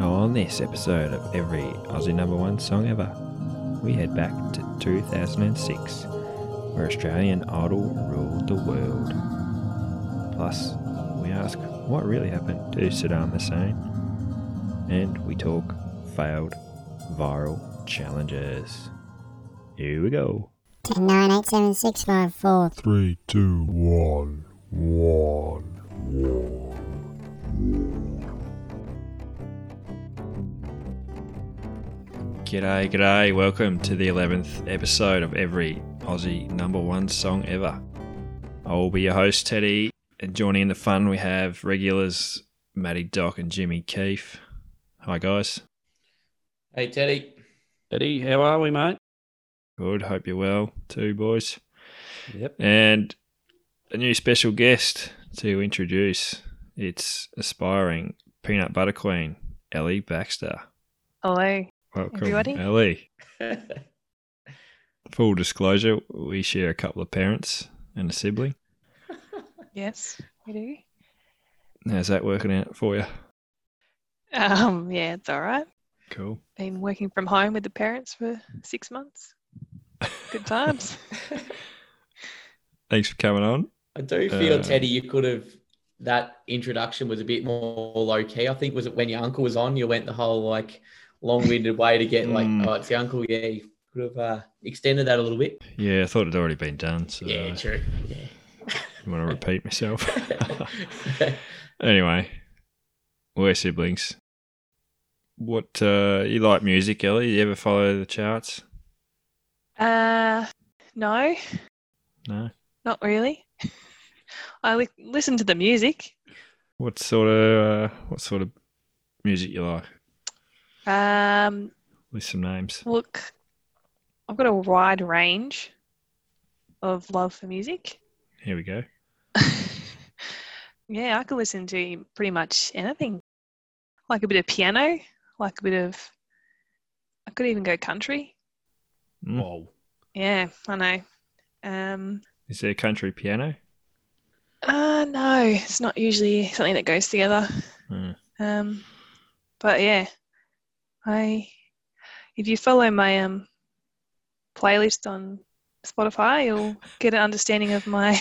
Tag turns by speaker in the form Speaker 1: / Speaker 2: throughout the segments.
Speaker 1: On this episode of every Aussie number one song ever, we head back to 2006, where Australian Idol ruled the world. Plus, we ask what really happened to Saddam Hussein, and we talk failed viral challenges. Here we go.
Speaker 2: Nine eight seven six five four.
Speaker 3: Three, two, one, one.
Speaker 1: G'day, g'day. Welcome to the 11th episode of every Aussie number one song ever. I'll be your host, Teddy. And joining in the fun, we have regulars Matty Doc and Jimmy Keefe. Hi, guys.
Speaker 4: Hey Teddy,
Speaker 5: Eddie, how are we, mate?
Speaker 1: Good. Hope you're well, too, boys.
Speaker 5: Yep.
Speaker 1: And a new special guest to introduce. It's aspiring peanut butter queen, Ellie Baxter.
Speaker 6: Hello.
Speaker 1: Welcome,
Speaker 6: Everybody.
Speaker 1: Ellie.
Speaker 4: I
Speaker 1: Full disclosure, we share a couple of parents and a sibling.
Speaker 6: Yes, we do.
Speaker 1: How's that working out for you?
Speaker 6: Um, yeah, it's all right.
Speaker 1: Cool.
Speaker 6: Been working from home with the parents for six months. Good times.
Speaker 1: Thanks for coming on.
Speaker 4: do feel
Speaker 1: Uh,
Speaker 4: Teddy, you could have that introduction was a bit more low key. I think was it when your uncle was on, you went the whole like long winded way to get like,
Speaker 1: Mm.
Speaker 4: oh, it's your uncle. Yeah, you could have uh, extended that a little bit.
Speaker 1: Yeah, I thought it'd already been done, so
Speaker 4: yeah,
Speaker 1: I
Speaker 4: true. Yeah.
Speaker 1: didn't want to repeat myself. anyway, we're siblings. What uh, you like music, Ellie? You ever follow the charts?
Speaker 6: Uh, no,
Speaker 1: No.
Speaker 6: not really. I li- listen to the music.
Speaker 1: What sort of uh, what sort of music you like?
Speaker 6: Um,
Speaker 1: List some names.
Speaker 6: look, I've got a wide range of love for music.
Speaker 1: Here we go.
Speaker 6: yeah, I could listen to pretty much anything. Like a bit of piano, like a bit of. I could even go country.
Speaker 1: Mm.
Speaker 5: Whoa.
Speaker 6: Yeah, I know. Um,
Speaker 1: Is there country piano?
Speaker 6: uh, no, it's not usually something that goes together.
Speaker 1: Mm.
Speaker 6: Um, but yeah, I. If you follow my um playlist on Spotify, you'll get an understanding of my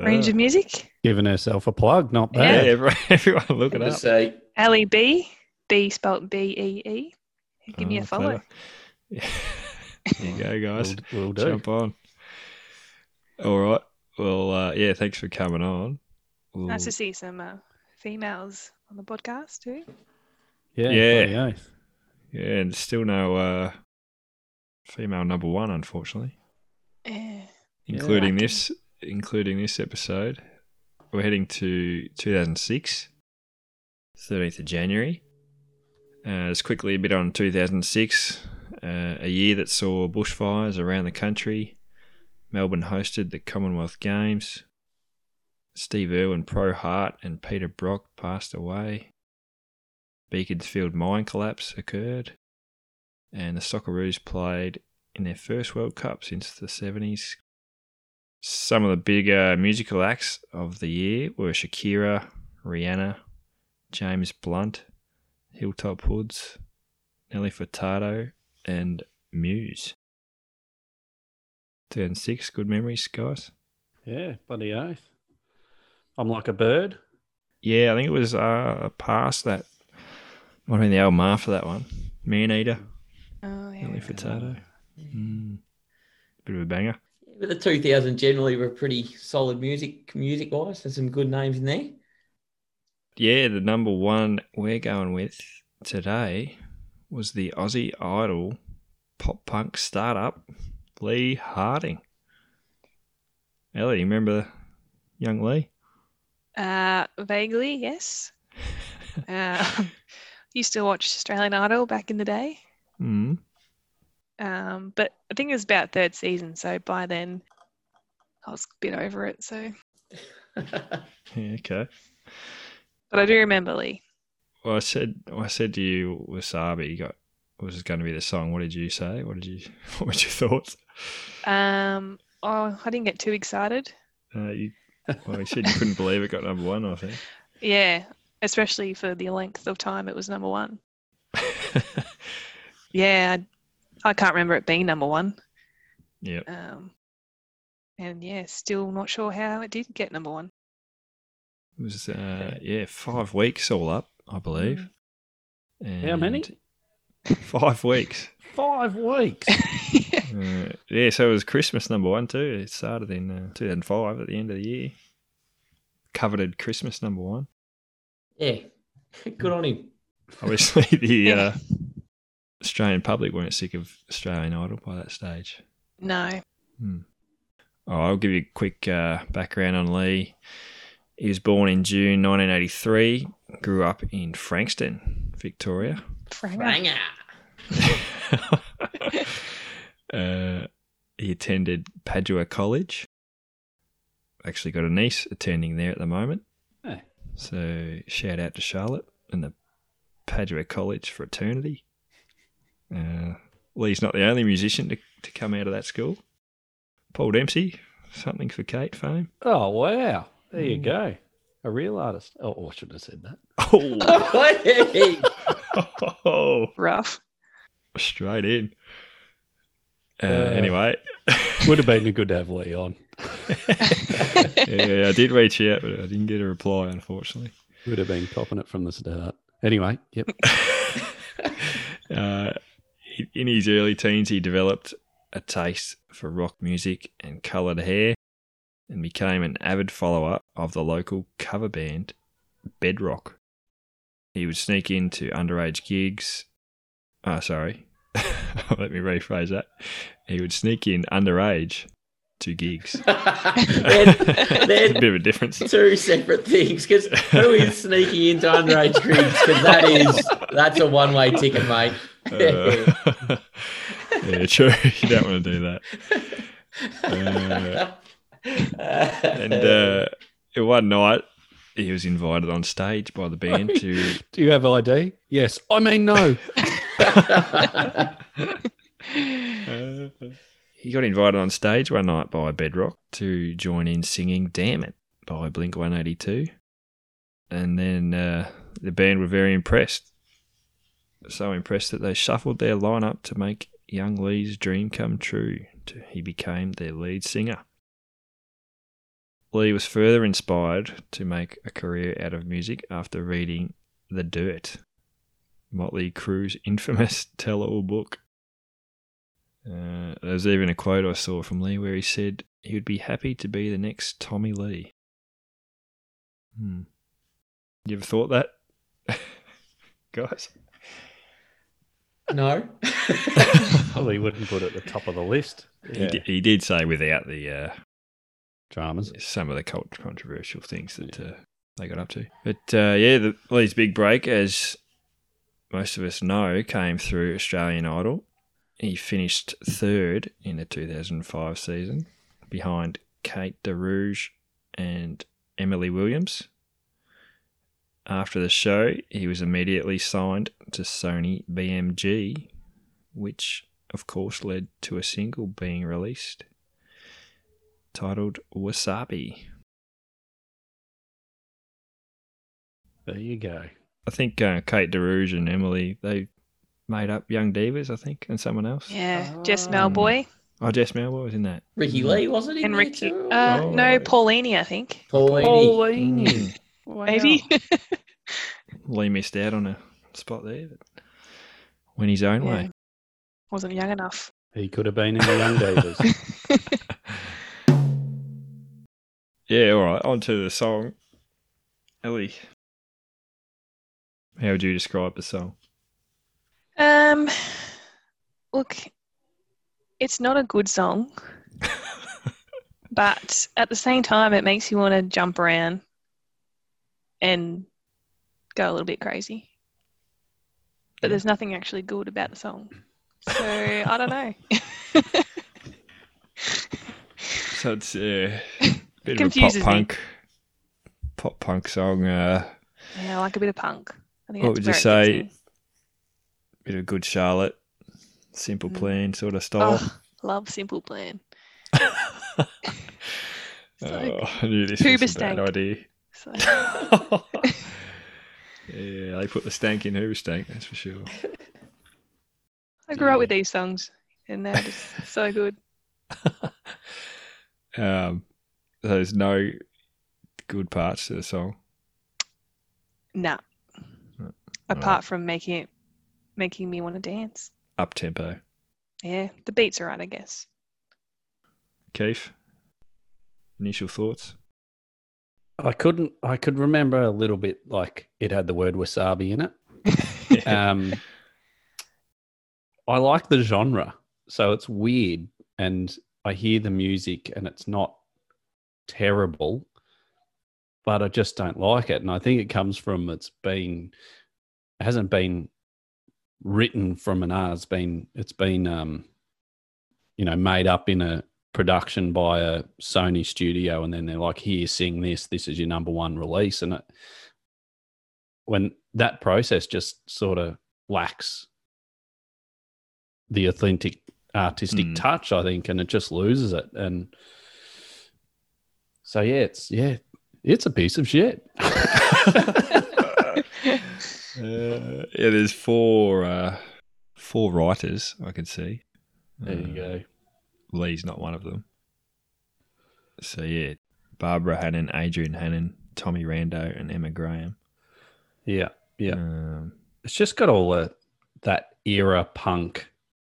Speaker 6: range
Speaker 1: Uh,
Speaker 6: of music.
Speaker 5: Giving herself a plug, not
Speaker 1: yeah,
Speaker 5: bad.
Speaker 1: everyone, Oh, everyone look it up.
Speaker 4: Just say
Speaker 6: Ali B, B spelt B E E. Give me
Speaker 1: Oh,
Speaker 6: a follow.
Speaker 1: clever. Yeah. there you go, guys.
Speaker 5: We'll, we'll do.
Speaker 1: Jump on. All right. Well, uh, yeah, thanks for coming on.
Speaker 6: Nice
Speaker 1: We'll-
Speaker 6: to see some uh, females on the podcast too.
Speaker 5: Yeah.
Speaker 1: Yeah.
Speaker 5: bloody oath.
Speaker 1: yeah, and still no uh, female number one, unfortunately,
Speaker 5: Yeah.
Speaker 6: Yeah.
Speaker 1: including this, including this episode. We're heading to 2006, 13th of January. Uh, just quickly a bit on 2006, uh, a year that saw bushfires around the country. Melbourne hosted the Commonwealth Games. Steve Irwin, Pro Hart, and Peter Brock passed away. Beaconsfield mine collapse occurred. And the Socceroos played in their first World Cup since the 70s. Some of the bigger musical acts of the year were Shakira, Rihanna, James Blunt, Hilltop Hoods, Nelly Furtado, and Muse. 2006, good memories, guys.
Speaker 5: Yeah, bloody oath. I'm like a bird.
Speaker 1: Yeah, I think it was uh, past that. Might have been the album after that one. Man Eater,
Speaker 6: Oh yeah.
Speaker 1: Nelly Furtado. Mm. Bit of a banger.
Speaker 4: but the 2000 generally were pretty solid music music wise. There's some good names in there.
Speaker 1: Yeah, the number one we're going with today was the Aussie Idol pop punk startup, Lee Harding. Ellie, you remember young Lee?
Speaker 6: Uh, vaguely, yes. um, used to watch Australian Idol back in the day,
Speaker 5: Mm-hmm.
Speaker 1: Mm.
Speaker 6: um, but I think it was about third season, so by then I was a bit over it. So,
Speaker 1: Yeah, okay.
Speaker 6: but I do remember Lee.
Speaker 1: Well, I said I said to you Wasabi got was going to be the song. What did you say? What did you what was your thoughts?
Speaker 6: Um, oh, I didn't get too excited.
Speaker 1: Uh, you, well, you said you couldn't believe it got number one. I think.
Speaker 6: Yeah, especially for the length of time it was number one. Yeah, I, I can't remember it being number one.
Speaker 1: yep.
Speaker 6: Um, and yeah, still not sure how it did get number one.
Speaker 1: It was uh, yeah, five weeks all up, I believe. And
Speaker 5: How many?
Speaker 1: Five weeks.
Speaker 5: Five weeks.
Speaker 1: Uh, yeah, so it was Christmas number one too. It started in uh, 2005 at the end of the year. Coveted Christmas number one.
Speaker 4: Yeah. Good on him.
Speaker 1: Obviously, the uh, Australian public weren't sick of Australian Idol by that stage.
Speaker 6: no.
Speaker 1: All right, I'll give you a quick uh, background on Lee. He was born in June 1983, grew up in Frankston, Victoria.
Speaker 6: Frank.
Speaker 4: Banger.
Speaker 1: uh, he attended Padua College. Actually, got a niece attending there at the moment.
Speaker 5: Hey.
Speaker 1: So, shout out to Charlotte and the Padua College fraternity. Uh, Lee's not the only musician to, to come out of that school. Paul Dempsey, something for Kate fame.
Speaker 5: Oh wow! There you go. A real artist. Oh, I shouldn't have said that.
Speaker 1: Oh,
Speaker 4: Hey.
Speaker 6: Rough.
Speaker 1: straight in. Uh,
Speaker 5: Uh.
Speaker 1: anyway,
Speaker 5: Would have been good to have Lee on.
Speaker 1: yeah, I did reach out, but I didn't get a reply, unfortunately.
Speaker 5: Would have been copping it from the start. Anyway, yep.
Speaker 1: uh, in his early teens, he developed a taste for rock music and coloured hair and became an avid follower of the local cover band Bedrock. He would sneak into underage gigs. Ah, sorry. Let me rephrase that. He would sneak in underage to gigs.
Speaker 4: then,
Speaker 1: There's a
Speaker 4: then
Speaker 1: bit of a difference.
Speaker 4: two separate things because who is sneaking into underage drinks? Because that is that's a one way ticket, mate.
Speaker 1: Uh, yeah, true. You don't want to do that. Uh, And uh, one night, he was invited on stage by the band to.
Speaker 5: Do you have ID? Yes. I mean, no.
Speaker 1: He got invited on stage one night by Bedrock to join in singing "Damn It" by Blink One Eighty Two, and then uh, the band were very impressed. So impressed that they shuffled their lineup to make Young Lee's dream come true. To- He became their lead singer. Lee was further inspired to make a career out of music after reading The Dirt, Motley Crue's infamous tell all book. Uh, there was even a quote I saw from Lee where he said he would be happy to be the next Tommy Lee. Hmm. You ever thought that? Guys?
Speaker 4: no.
Speaker 5: Probably wouldn't put it at the top of the list.
Speaker 1: He, d- he did say without the uh,
Speaker 5: Dramas.
Speaker 1: some of the cult controversial things that uh, they got up to. But uh, yeah, the, Lee's big break, as most of us know, came through Australian Idol. He finished third in the 2005 season behind Kate DeRouge and Emily Williams. After the show, he was immediately signed to Sony BMG, which of course led to a single being released titled Wasabi.
Speaker 5: There you go.
Speaker 1: I think uh, Kate DeRouge and Emily they made up Young Divas, I think, and someone else.
Speaker 6: Yeah. Jess
Speaker 5: Ah.
Speaker 6: Malboy
Speaker 1: Oh, Jess Malboy was in that.
Speaker 4: Ricky Lee wasn't he?
Speaker 6: and
Speaker 4: there
Speaker 6: Ricky.
Speaker 4: too?
Speaker 6: Uh,
Speaker 1: Oh.
Speaker 6: No, Paulini, I think. uh,
Speaker 4: Paulini.
Speaker 5: Pauline.
Speaker 6: Maybe.
Speaker 1: Mm. Lee missed out on a spot there, but went his own way.
Speaker 6: Wasn't young enough.
Speaker 5: He could have been in the Young Divas.
Speaker 1: Yeah, all right. On to the song. Ellie, how would you describe the song?
Speaker 6: Um, look, it's not a good song, but at the same time, it makes you want to jump around and go a little bit crazy. But there's nothing actually good about the song, so I don't know.
Speaker 1: So it's uh, a bit of a pop
Speaker 6: Confuses me.
Speaker 1: punk, pop punk song. Uh,
Speaker 6: yeah, I like a bit of punk. I think
Speaker 1: What
Speaker 6: that's
Speaker 1: would you
Speaker 6: where it
Speaker 1: say?
Speaker 6: gets me.
Speaker 1: bit of good Charlotte, simple
Speaker 6: Mm.
Speaker 1: plan sort of style.
Speaker 6: Oh, love Simple Plan. so,
Speaker 1: Oh, I knew this
Speaker 6: Who
Speaker 1: was a bad
Speaker 6: bestank?
Speaker 1: idea.
Speaker 6: so-
Speaker 1: Yeah, they put the stank in Hoover Stank, that's for sure.
Speaker 6: I grew up with these songs, and they're just so good.
Speaker 1: Um, there's no good parts to the song.
Speaker 6: Nah.
Speaker 1: Right.
Speaker 6: Apart from making it, making me want to dance.
Speaker 1: Up tempo.
Speaker 6: Yeah, the beats are right, I guess.
Speaker 1: Keith, initial thoughts?
Speaker 5: I couldn't. I could remember a little bit like it had the word wasabi in it. Um, I like the genre, so it's weird, and I hear the music, and it's not terrible, but I just don't like it, and I think it comes from it's been, it hasn't been written from an art. It's been it's been um, you know made up in a production by a Sony studio, and then they're like, "Here, sing this. This is your number one release." And it, when that process just sort of lacks the authentic artistic
Speaker 1: Mm.
Speaker 5: touch, I think, and it just loses it. And so, yeah, it's yeah, it's a piece of shit.
Speaker 1: uh, yeah, there's four uh, four writers I could see.
Speaker 5: there you go.
Speaker 1: Uh, Lee's not one of them. So yeah, Barbara Hannon, Adrian Hannon, Tommy Rando, and Emma Graham.
Speaker 5: Yeah, yeah.
Speaker 1: Um,
Speaker 5: it's just got all the, that era punk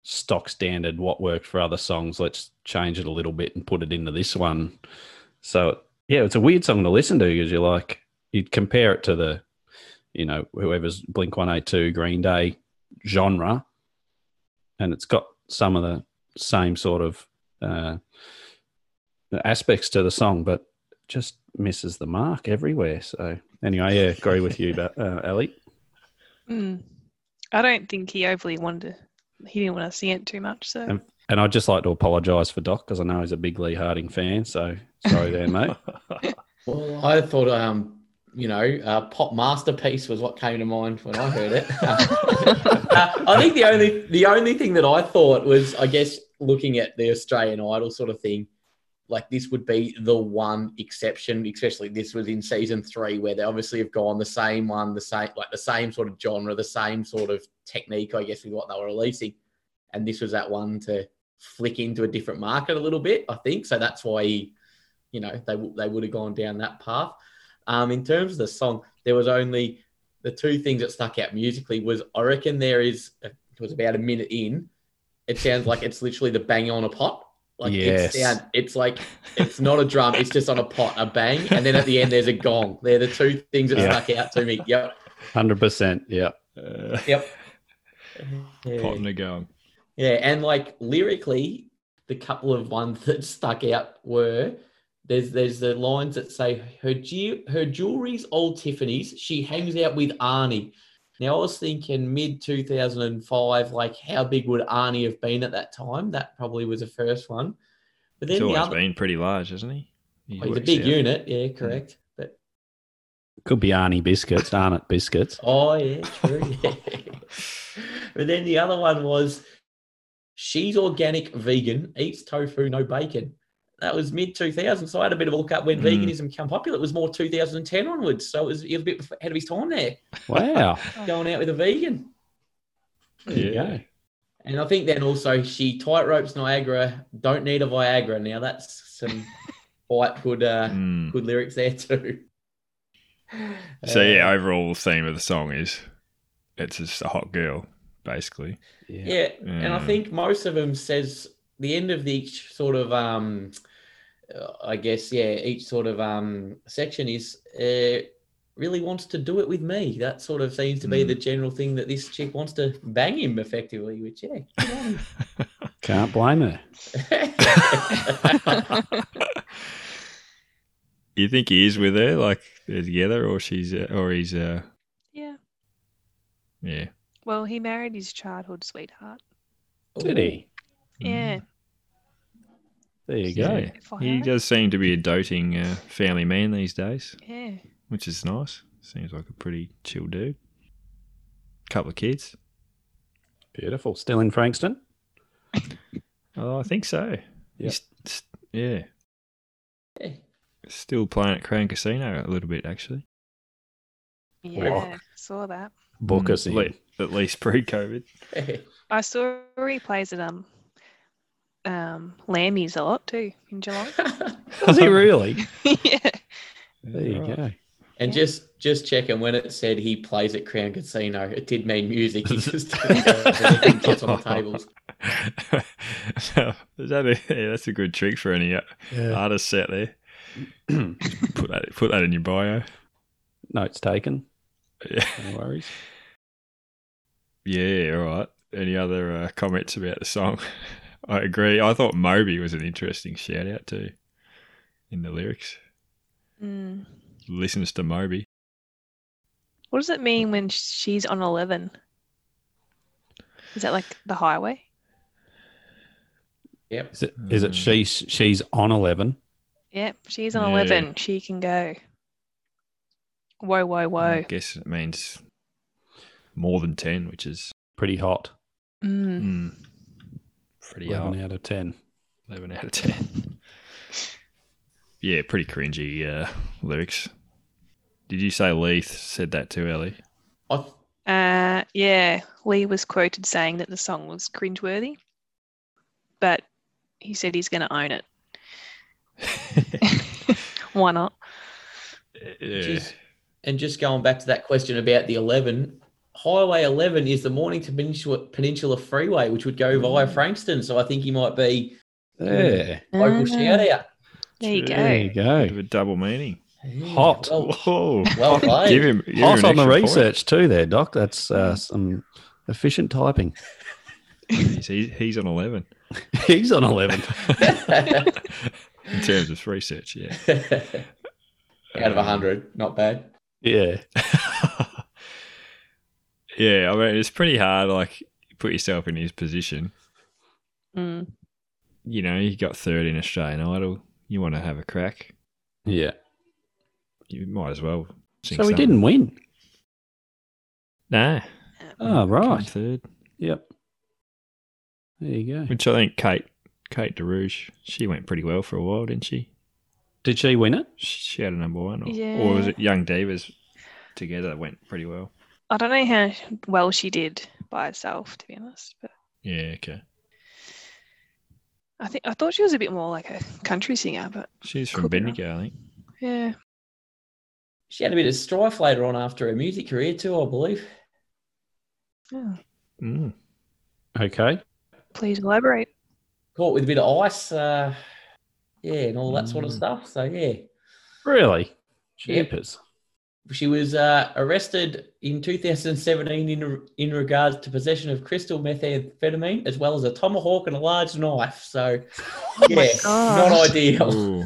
Speaker 5: stock standard what worked for other songs let's change it a little bit and put it into this one so yeah it's a weird song to listen to because you're like you'd compare it to the you know whoever's blink 182 green day genre and it's got some of the same sort of uh, aspects to the song but just misses the mark everywhere so anyway yeah agree with you but uh, ellie
Speaker 6: Mm. I don't think he overly wanted to. He didn't want to sing it too much, so
Speaker 5: Um, And I'd just like to apologise for Doc because I know he's a big Lee Harding fan. So sorry there, mate.
Speaker 4: Well, I thought, um, you know, uh, pop masterpiece was what came to mind when I heard it. Uh, I think the only the only thing that I thought was, I guess, looking at the Australian Idol sort of thing, like this would be the one exception. Especially this was in season three, where they obviously have gone the same one, the same like the same sort of genre, the same sort of technique, I guess, with what they were releasing, and this was that one to flick into a different market a little bit. I think so. That's why he you know they w- they would have gone down that path. Um, in terms of the song, there was only the two things that stuck out musically was I reckon there is uh, it was about a minute in, it sounds like it's literally the bang on a pot. Like
Speaker 5: Yes.
Speaker 4: it's sound, it's like it's not a drum, it's just on a pot, a bang, and then at the end there's a gong. They're the two things that
Speaker 5: Yeah.
Speaker 4: stuck out to me. Yep,
Speaker 5: Hundred percent. Yeah.
Speaker 1: uh,
Speaker 4: yep.
Speaker 1: Pot and a gong.
Speaker 4: Yeah, and like lyrically, the couple of ones that stuck out were there's there's the lines that say her ju- her jewelry's old Tiffany's. She hangs out with Arnie. Now I was thinking mid two thousand and five, like how big would Arnie have been at that time? That probably was the first one. But then
Speaker 1: He's
Speaker 4: the
Speaker 1: always
Speaker 4: other,
Speaker 1: been pretty large, hasn't he? He
Speaker 4: oh, he's a
Speaker 1: works
Speaker 4: big
Speaker 1: out. Hmm.
Speaker 4: unit, yeah, correct. But
Speaker 5: Could be Arnie biscuits, aren't it? Biscuits.
Speaker 4: Oh yeah, true. but then the other one was she's organic vegan, eats tofu, no bacon. That was mid 2000, so I had a bit of a look up when
Speaker 1: Mm.
Speaker 4: veganism came popular. It was more 2010 onwards, so it was, he was a bit ahead of his time there,
Speaker 5: Wow.
Speaker 4: going out with a vegan.
Speaker 5: There you
Speaker 1: Yeah.
Speaker 5: go.
Speaker 4: And I think then also she tightropes Niagara, don't need a Viagra. Now that's some quite good, uh,
Speaker 1: Mm.
Speaker 4: good lyrics there too.
Speaker 1: So
Speaker 4: Uh,
Speaker 1: yeah, overall theme of the song is it's just a hot girl, basically.
Speaker 5: Yeah.
Speaker 4: Yeah, and I
Speaker 1: Mm.
Speaker 4: think most of them says the end of each sort of um, uh, I guess yeah, each sort of um section is uh, really wants to do it with me. That sort of seems to be
Speaker 1: Mm.
Speaker 4: the general thing that this chick wants to bang him effectively, which yeah. good on him.
Speaker 5: Can't blame her.
Speaker 1: You think he is with her, like they're together, or she's, uh, or he's, uh,
Speaker 6: yeah.
Speaker 1: yeah.
Speaker 6: Well, he married his childhood sweetheart.
Speaker 5: Did he?
Speaker 1: Mm,
Speaker 6: Yeah.
Speaker 5: There you go.
Speaker 1: Yeah.
Speaker 6: FYI.
Speaker 1: He does seem to be a doting uh, family man these days,
Speaker 6: Yeah.
Speaker 1: which is nice. Seems like a pretty chill dude. Couple of kids.
Speaker 5: Beautiful. Still in Frankston.
Speaker 1: Oh, I think so. He's, st- yeah.
Speaker 4: Yeah.
Speaker 1: Still playing at Crown Casino a little bit, actually.
Speaker 6: Yeah,
Speaker 5: Walk.
Speaker 6: saw that.
Speaker 5: Book
Speaker 1: Mm,
Speaker 5: us in.
Speaker 1: le- at least pre-COVID.
Speaker 6: I saw he plays at um, um, Lambie's a lot too in Geelong.
Speaker 5: Does he really?
Speaker 6: yeah.
Speaker 5: There you go.
Speaker 4: and just just checking when it said he plays at Crown Casino, it did mean music. He just uh, didn't go with anything else on the tables.
Speaker 1: Is that a- yeah, that's a good trick for any uh, artists out there. Put that put that in your bio.
Speaker 5: Notes taken.
Speaker 1: Yeah.
Speaker 5: No worries.
Speaker 1: Yeah, all right. Any other uh, comments about the song? I agree. I thought Moby was an interesting shout out too in the lyrics.
Speaker 6: Mm.
Speaker 1: Listens to Moby.
Speaker 6: What does it mean when she's on 11? Is that like the highway?
Speaker 4: Yep.
Speaker 5: Is it, is it she? She's on eleven.
Speaker 6: Yep, she's on
Speaker 1: Yeah.
Speaker 6: 11. She can go. Whoa, whoa,
Speaker 1: I
Speaker 6: whoa.
Speaker 1: guess it means more than 10, which is
Speaker 5: Pretty hot.
Speaker 6: Mm.
Speaker 1: mm, pretty hard.
Speaker 5: Eleven out of ten.
Speaker 1: 11 out of 10. yeah, pretty cringy uh, lyrics. Did you say Leith said that too, Ellie?
Speaker 4: I th-
Speaker 6: Uh, yeah, Lee was quoted saying that the song was cringeworthy, but he said he's going to own it. Why not?
Speaker 1: yeah.
Speaker 4: Just- and just going back to that question about the 11, Highway 11 is the Mornington Peninsula, Peninsula Freeway, which would go via Frankston. So I think he might be
Speaker 5: There.
Speaker 4: local
Speaker 6: Ah,
Speaker 4: shout out.
Speaker 6: There you
Speaker 5: There
Speaker 6: go.
Speaker 5: you go.
Speaker 1: Bit of a double meaning.
Speaker 5: Hot.
Speaker 4: Well,
Speaker 1: Whoa.
Speaker 4: Oh, well played.
Speaker 1: Give him, give him
Speaker 5: Hot
Speaker 1: an
Speaker 5: on the
Speaker 1: extra point.
Speaker 5: research too, there, Doc. That's uh, some efficient typing.
Speaker 1: He's, he's, he's on 11
Speaker 5: He's on eleven.
Speaker 1: in terms of research, yeah.
Speaker 4: out of 100, not bad.
Speaker 5: Yeah.
Speaker 1: yeah, I mean, it's pretty hard, like, put yourself in his position.
Speaker 6: Mm.
Speaker 1: You know, you got third in Australian Idol. You want to have a crack.
Speaker 5: Yeah.
Speaker 1: You might as well.
Speaker 5: So
Speaker 1: sing
Speaker 5: we
Speaker 1: something.
Speaker 5: didn't win.
Speaker 1: Nah.
Speaker 5: Oh,
Speaker 1: Came
Speaker 5: right.
Speaker 1: Third.
Speaker 5: Yep. There you go.
Speaker 1: Which I think Kate, Kate DeRouge, she went pretty well for a while, didn't she?
Speaker 5: Did she win it?
Speaker 1: She had a number one. Or, or
Speaker 6: Yeah.
Speaker 1: was it Young Divas together went pretty well?
Speaker 6: I don't know how well she did by herself, to be honest, but
Speaker 1: Yeah, okay.
Speaker 6: I think I thought she was a bit more like a country singer, but
Speaker 1: She's from
Speaker 6: Could be.
Speaker 1: Bendigo, I think.
Speaker 6: yeah.
Speaker 4: She had a bit of strife later on after her music career, too, I believe.
Speaker 6: Yeah.
Speaker 1: Mm.
Speaker 5: Okay.
Speaker 6: Please elaborate.
Speaker 4: Caught with a bit of ice, uh, yeah, and all that sort of
Speaker 1: Mm.
Speaker 4: stuff. So, yeah.
Speaker 5: Really?
Speaker 4: Yep.
Speaker 5: Jeepers.
Speaker 4: She was uh, arrested in 2017 in in regards to possession of crystal methamphetamine, as well as a tomahawk and a large knife. So, yeah,
Speaker 6: gosh.
Speaker 4: not ideal.
Speaker 1: Ooh,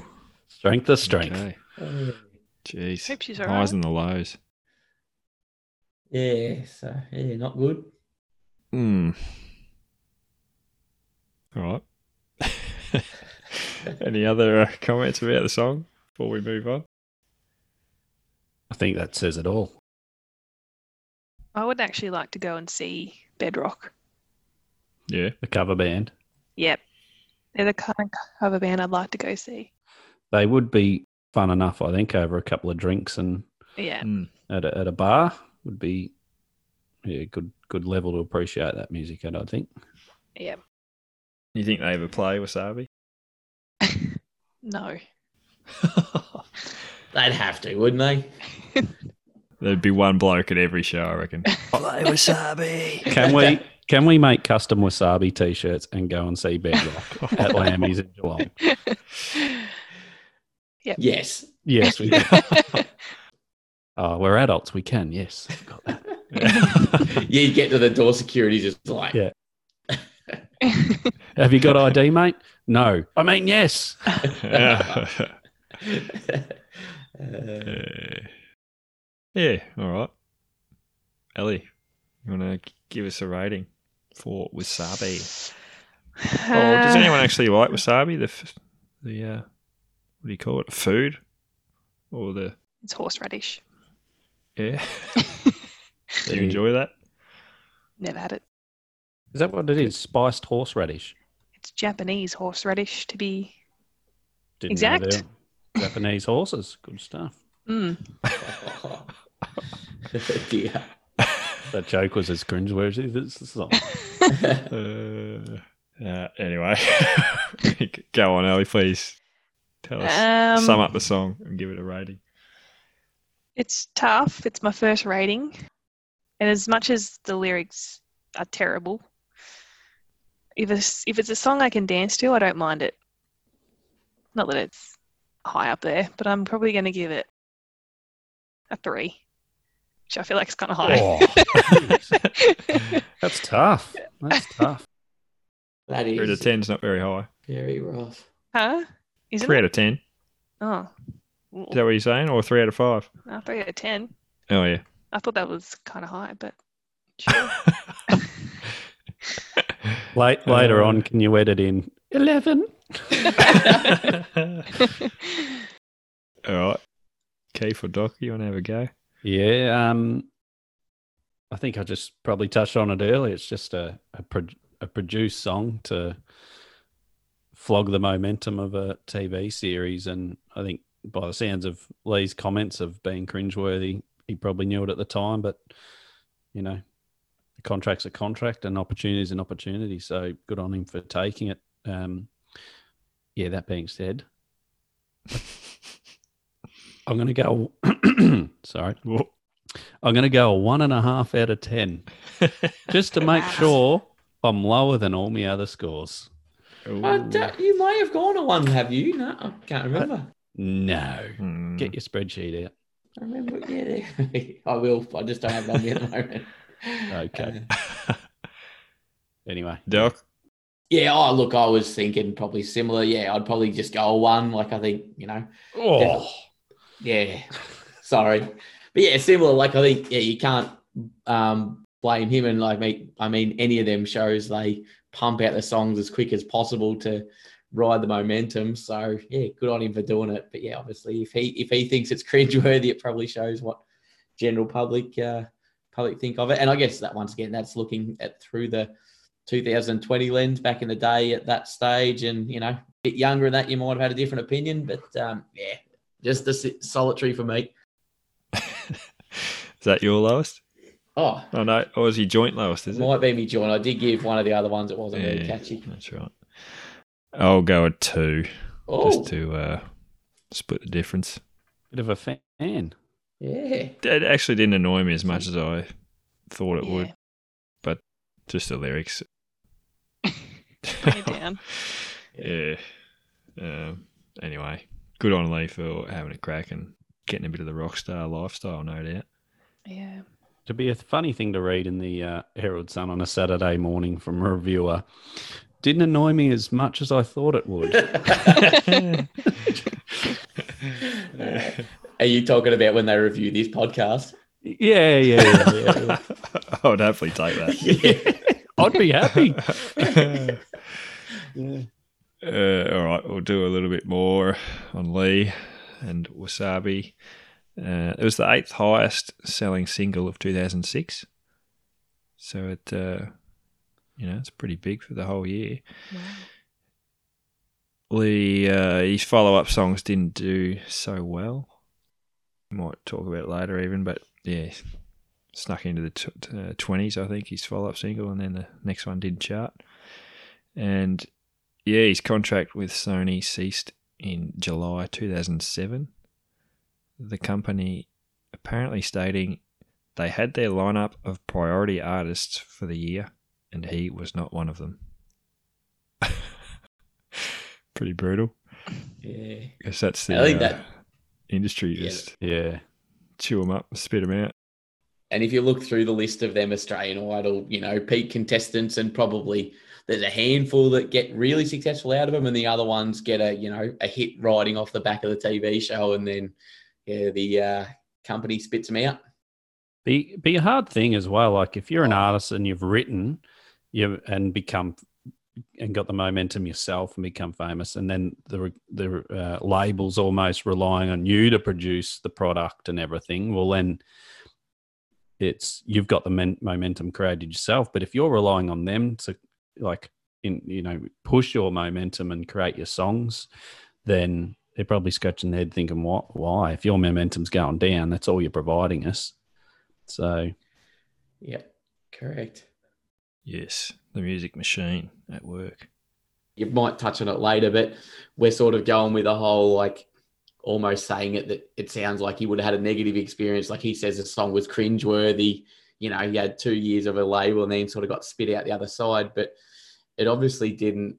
Speaker 5: Strength of strength.
Speaker 1: okay. Jeez.
Speaker 6: Hope she's all
Speaker 1: Highs
Speaker 6: right.
Speaker 1: and the lows.
Speaker 4: Yeah, so yeah, not good.
Speaker 1: Mm. All right. Any other uh, comments about the song before we move on?
Speaker 5: I think that says it all.
Speaker 6: I would actually like to go and see Bedrock.
Speaker 1: Yeah.
Speaker 5: The cover band.
Speaker 6: Yep. They're the kind of cover band I'd like to go see.
Speaker 5: They would be fun enough, I think, over a couple of drinks and
Speaker 6: Yeah.
Speaker 1: Mm.
Speaker 5: at a, at a bar would be yeah, good good level to appreciate that music at, I think.
Speaker 6: Yep.
Speaker 1: You think they ever play Wasabi?
Speaker 6: No.
Speaker 4: They'd have to, wouldn't they?
Speaker 1: There'd be one bloke at every show, I reckon.
Speaker 5: Can we can we make custom wasabi t shirts and go and see Bedrock at Lambie's in Geelong?
Speaker 4: Yes.
Speaker 5: Yes, we can. Oh, we're adults, we can, yes. Got that.
Speaker 4: you get to the door, security just like,
Speaker 5: Yeah. Have you got ID, mate? No. I mean yes.
Speaker 4: Uh,
Speaker 1: Uh, yeah, all right. Ellie, you want to give us a rating for wasabi? Or does
Speaker 6: Uh,
Speaker 1: anyone actually like wasabi? The f- the uh, what do you call it? Food or the
Speaker 6: It's horseradish.
Speaker 1: yeah? do you enjoy that?
Speaker 6: Never had it.
Speaker 5: Is that what it is? Spiced horseradish.
Speaker 6: It's Japanese horseradish to be.
Speaker 5: Didn't know
Speaker 6: Exact. Hmm.
Speaker 5: there were Japanese horses. Good stuff.
Speaker 6: Mm.
Speaker 4: Dear.
Speaker 5: That joke was as cringeworthy as the song.
Speaker 1: Uh, uh, anyway, go on, Ellie. Please tell us.
Speaker 6: Um,
Speaker 1: sum up the song and give it a rating.
Speaker 6: It's tough. It's my first rating. And as much as the lyrics are terrible, if it's, if it's a song I can dance to, I don't mind it. Not that it's high up there, but I'm probably going to give it a three, which I feel like is kind of high.
Speaker 5: Oh,
Speaker 1: Oh.
Speaker 5: that's tough. That's tough.
Speaker 4: that
Speaker 1: Three out of
Speaker 4: is
Speaker 1: ten's not very high.
Speaker 4: very rough.
Speaker 6: huh? Isn't
Speaker 1: Three
Speaker 6: it?
Speaker 1: out of ten.
Speaker 6: Oh.
Speaker 1: Is that what you're saying? Or three out of five?
Speaker 6: No, three out of ten.
Speaker 1: Oh yeah.
Speaker 6: I thought that was kind of high, but sure.
Speaker 5: Late, later on, can you edit in eleven?
Speaker 1: All right. Keith or Doc, you want to have a go?
Speaker 5: Yeah, um, I think I just probably touched on it earlier. It's just a a, pro- a produced song to flog the momentum of a TV series, and I think by the sounds of Lee's comments of being cringeworthy, he probably knew it at the time, but you know, a contract's a contract, and opportunity's an opportunity. So good on him for taking it. Um, yeah, that being said, I'm going to go. sorry.
Speaker 1: Whoa.
Speaker 5: I'm going to go a one and a half out of 10 just to make sure I'm lower than all my other scores.
Speaker 4: I
Speaker 1: Ooh.
Speaker 4: don't- you may have gone to one, have you? No, I can't remember.
Speaker 5: No.
Speaker 1: Hmm.
Speaker 5: Get your spreadsheet out.
Speaker 4: I remember. Yeah, there. I will. I just don't have one at the moment.
Speaker 5: Okay.
Speaker 4: Uh,
Speaker 5: Anyway,
Speaker 1: Doc?
Speaker 4: yeah. Oh, look, I was thinking probably similar. Yeah, I'd probably just go a one. Like I think you know.
Speaker 5: oh,
Speaker 4: Yeah. Sorry. But yeah, similar. Like I think, yeah, you can't um blame him and like make I mean any of them shows they pump out the songs as quick as possible to ride the momentum. So yeah, good on him for doing it. But yeah, obviously if he if he thinks it's cringeworthy, it probably shows what general public uh public think of it. And I guess that once again that's looking at through the 2020 lens back in the day at that stage and you know a bit younger than that you might have had a different opinion but um yeah just the si- solitary for me.
Speaker 1: Is that your lowest?
Speaker 4: Oh,
Speaker 1: Oh no, or is he joint lowest, is it?
Speaker 4: might be me, John. I did give one of the other ones that wasn't very
Speaker 1: Yeah.
Speaker 4: catchy.
Speaker 1: That's right. I'll go at two
Speaker 4: Oh,
Speaker 1: just to uh, split the difference.
Speaker 5: bit of a fan.
Speaker 4: yeah.
Speaker 1: It actually didn't annoy me as much as I thought it would.
Speaker 6: Yeah.
Speaker 1: Just the lyrics.
Speaker 6: Bring it down.
Speaker 1: yeah. Um, anyway, good on Lee for having a crack and getting a bit of the rock star lifestyle, no doubt.
Speaker 6: Yeah.
Speaker 5: To be a funny thing to read in the uh, Herald Sun on a Saturday morning from a reviewer. Didn't annoy me as much as I thought it would.
Speaker 4: Are you talking about when they review this podcast?
Speaker 5: yeah, yeah, yeah.
Speaker 4: Yeah.
Speaker 1: I would happily take that.
Speaker 5: I'd be happy.
Speaker 1: Uh, all right, we'll do a little bit more on Lee and Wasabi. Uh, it was the eighth highest selling single of 2006. So it, uh, you know, it's pretty big for the whole year. Lee, uh, his follow up songs didn't do so well. Might talk about it later, even, but yeah, snuck into the t- t- uh, 20s, I think, his follow up single, and then the next one did chart. And yeah, his contract with Sony ceased in July 2007. The company apparently stating they had their lineup of priority artists for the year, and he was not one of them. Pretty brutal.
Speaker 4: Yeah.
Speaker 1: Because that's the
Speaker 4: I think
Speaker 1: uh,
Speaker 4: that-
Speaker 1: industry
Speaker 4: Yeah.
Speaker 1: just
Speaker 5: Yeah.
Speaker 1: chew 'em chew them up, spit them out.
Speaker 4: And if you look through the list of them Australian Idol, you know, peak contestants, and probably there's a handful that get really successful out of them, and the other ones get a, you know, a hit riding off the back of the TV show, and then yeah, the uh, company spits them out.
Speaker 5: be be a hard thing as well. Like if you're an artist and you've written, you and become and got the momentum yourself and become famous, and then the the uh, labels almost relying on you to produce the product and everything. Well, then it's you've got the men, momentum created yourself. But if you're relying on them to like in you know push your momentum and create your songs, then they're probably scratching their head thinking, what, why? If your momentum's going down, that's all you're providing us. So,
Speaker 4: Yep, correct.
Speaker 1: Yes, the music machine at work.
Speaker 4: You might touch on it later, but we're sort of going with the whole like almost saying it that it sounds like he would have had a negative experience. Like he says the song was cringeworthy. You know, he had two years of a label and then sort of got spit out the other side, but it obviously didn't,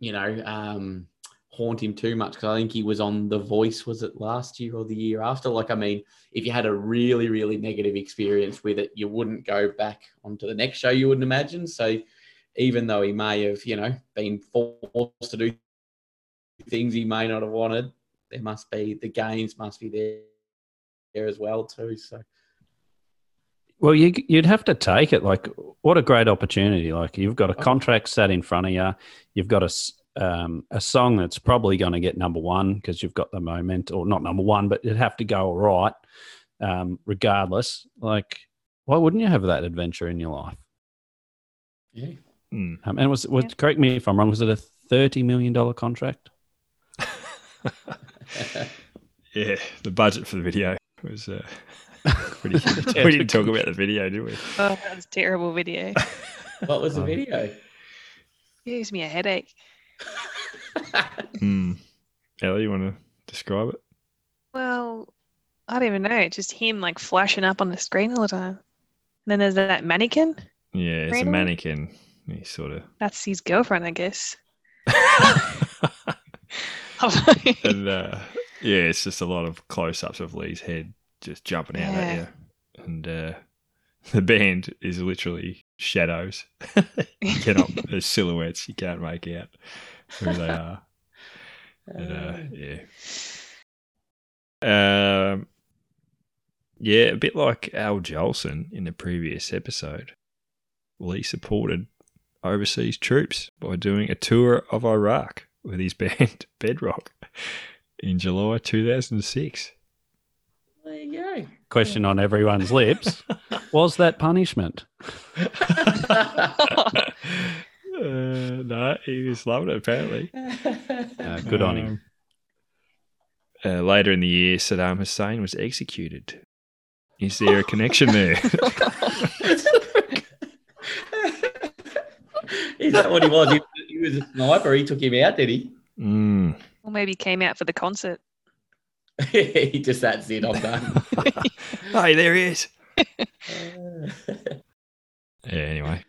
Speaker 4: you know, um, haunt him too much because I think he was on The Voice, was it last year or the year after? Like, I mean, if you had a really, really negative experience with it, you wouldn't go back onto the next show, you wouldn't imagine. So, even though he may have, you know, been forced to do things he may not have wanted, there must be the gains must be there, there as well too. So
Speaker 5: well, you, you'd have to take it. Like, what a great opportunity. Like, you've
Speaker 1: Oh.
Speaker 5: got a contract set in front of you, you've got a, s- um, a song that's probably going to get number one because you've got the moment, or not number one, but it'd have to go all right, um, regardless. Like, why wouldn't you have that adventure in your life?
Speaker 4: yeah,
Speaker 1: Hmm.
Speaker 5: Um, and was, was
Speaker 6: Yeah.
Speaker 5: correct me if I'm wrong. Was it a thirty million dollar contract?
Speaker 1: Yeah, the budget for the video was uh, pretty huge.
Speaker 5: Yeah,
Speaker 1: we didn't
Speaker 5: it's
Speaker 1: talk about the video, did we?
Speaker 6: Oh, that was a terrible video.
Speaker 4: what was the
Speaker 5: Um,
Speaker 4: video?
Speaker 6: It gives me a headache.
Speaker 1: Hmm. Ellie, you want to describe it?
Speaker 6: Well, I don't even know. It's just him like flashing up on the screen all the time. And then there's that mannequin.
Speaker 1: Yeah, it's a
Speaker 6: Cradle?
Speaker 1: mannequin. He sort of.
Speaker 6: That's his girlfriend, I guess.
Speaker 1: and uh, yeah, it's just a lot of close ups of Lee's head just jumping out at you. And uh, the band is literally shadows. you cannot, there's silhouettes you can't make out who they are. And, uh, yeah. Um, yeah, a bit like Al Jolson in the previous episode. Lee supported overseas troops by doing a tour of Iraq with his band Bedrock in July 2006.
Speaker 4: there you
Speaker 5: Question on everyone's lips: Was that punishment?
Speaker 4: go.
Speaker 1: uh, no, he was loving it apparently.
Speaker 5: Uh, good on him.
Speaker 1: Um, Uh, later in the year, Saddam Hussein was executed. Is there a connection there?
Speaker 4: Is that what he was? He, he was a sniper. He took him out, did he?
Speaker 1: Mm.
Speaker 6: or maybe he came out for the concert.
Speaker 4: he just that's it. I'm done.
Speaker 1: hey, there he is. Yeah, anyway,